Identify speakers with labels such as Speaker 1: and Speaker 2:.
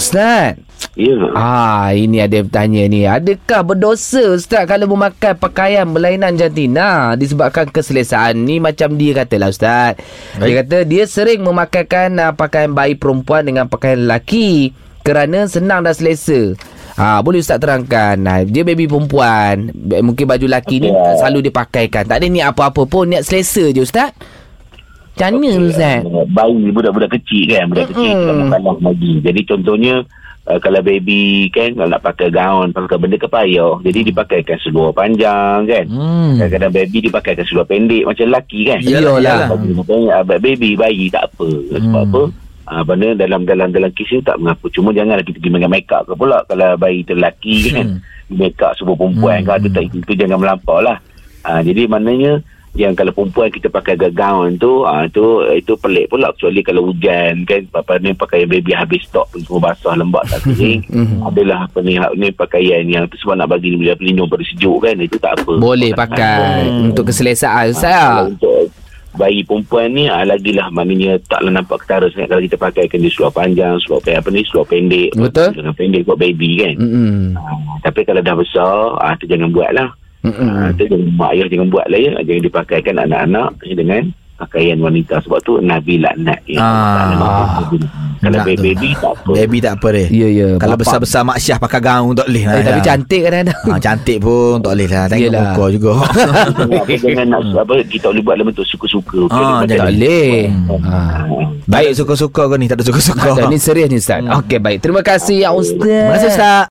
Speaker 1: Ustaz
Speaker 2: Ya ke?
Speaker 1: Ah ini ada yang bertanya ni Adakah berdosa Ustaz Kalau memakai pakaian berlainan jantina Disebabkan keselesaan ni Macam dia katalah Ustaz Dia kata dia sering memakaikan uh, Pakaian bayi perempuan dengan pakaian lelaki Kerana senang dan selesa Ha, boleh Ustaz terangkan ha, Dia baby perempuan Ba- Mungkin baju lelaki ni
Speaker 2: Okey.
Speaker 1: Selalu dia pakaikan Tak ada niat apa-apa pun Niat selesa je Ustaz Macam mana Ustaz
Speaker 2: Uh, Bayi budak-budak kecil kan Budak kecil
Speaker 1: kan? Mm-mm.
Speaker 2: tak mengkalah lagi Jadi contohnya uh, Kalau baby kan Kalau nak pakai gaun Pakai benda kepayah
Speaker 1: Mm.
Speaker 2: Jadi dipakaikan seluar panjang kan
Speaker 3: Hmm.
Speaker 2: Kadang-kadang baby dipakaikan seluar pendek Macam lelaki kan
Speaker 1: Iyalah, iyalah.
Speaker 2: Bagi makanya, ah, Baby bayi tak apa Sebab apa Ah, benda dalam dalam dalam kes ni tak mengapa cuma janganlah kita pergi dengan make up ke pula kalau bayi tu lelaki kan make up semua perempuan hmm. kan tu tak itu jangan melampau lah Ah, jadi maknanya yang kalau perempuan kita pakai gaun tu ah, tu itu pelik pula kecuali kalau hujan kan apa ni pakaian baby habis stok pun semua basah lembab tak kering adalah apa ni hak ni pakaian yang tu sebab nak bagi dia pelindung pada sejuk kan itu tak apa
Speaker 1: Boleh pakai Untuk keselesaan
Speaker 2: kalau
Speaker 1: Ustaz ah.
Speaker 2: untuk bayi perempuan ni ah, lagilah maknanya taklah nampak ketara sangat kalau kita pakaikan dia seluar panjang seluar pe- apa ni seluar pendek
Speaker 1: Betul.
Speaker 2: dengan pendek buat baby kan
Speaker 1: Mm-mm.
Speaker 2: Ah, tapi kalau dah besar ah, tu jangan buat lah
Speaker 1: Hmm.
Speaker 2: ah, tu jangan mak ayah jangan buat lah ya jangan dipakaikan anak-anak ni dengan pakaian wanita sebab tu Nabi laknat ya.
Speaker 3: Ah.
Speaker 2: kalau
Speaker 3: Nak tu.
Speaker 2: baby, baby tak apa
Speaker 3: Baby tak apa dia.
Speaker 1: Ya, ya. Bapak.
Speaker 3: Kalau besar-besar Mak Syah pakai gaun tak boleh lah.
Speaker 1: Eh, tapi
Speaker 3: dah.
Speaker 1: cantik kadang-kadang
Speaker 3: Ah, cantik pun tak boleh lah. Tengok
Speaker 1: Yelah.
Speaker 3: muka juga.
Speaker 2: Apa, jangan nak apa kita boleh buat dalam bentuk suka-suka Okey,
Speaker 3: Ah,
Speaker 2: daripada-
Speaker 1: Tak boleh
Speaker 3: Hmm.
Speaker 1: ha.
Speaker 3: Baik suka-suka kau ni. Tak ada suka-suka.
Speaker 1: Dah ni serius ni Ustaz Okey baik Terima kasih ya Ustaz
Speaker 3: Terima kasih Ustaz.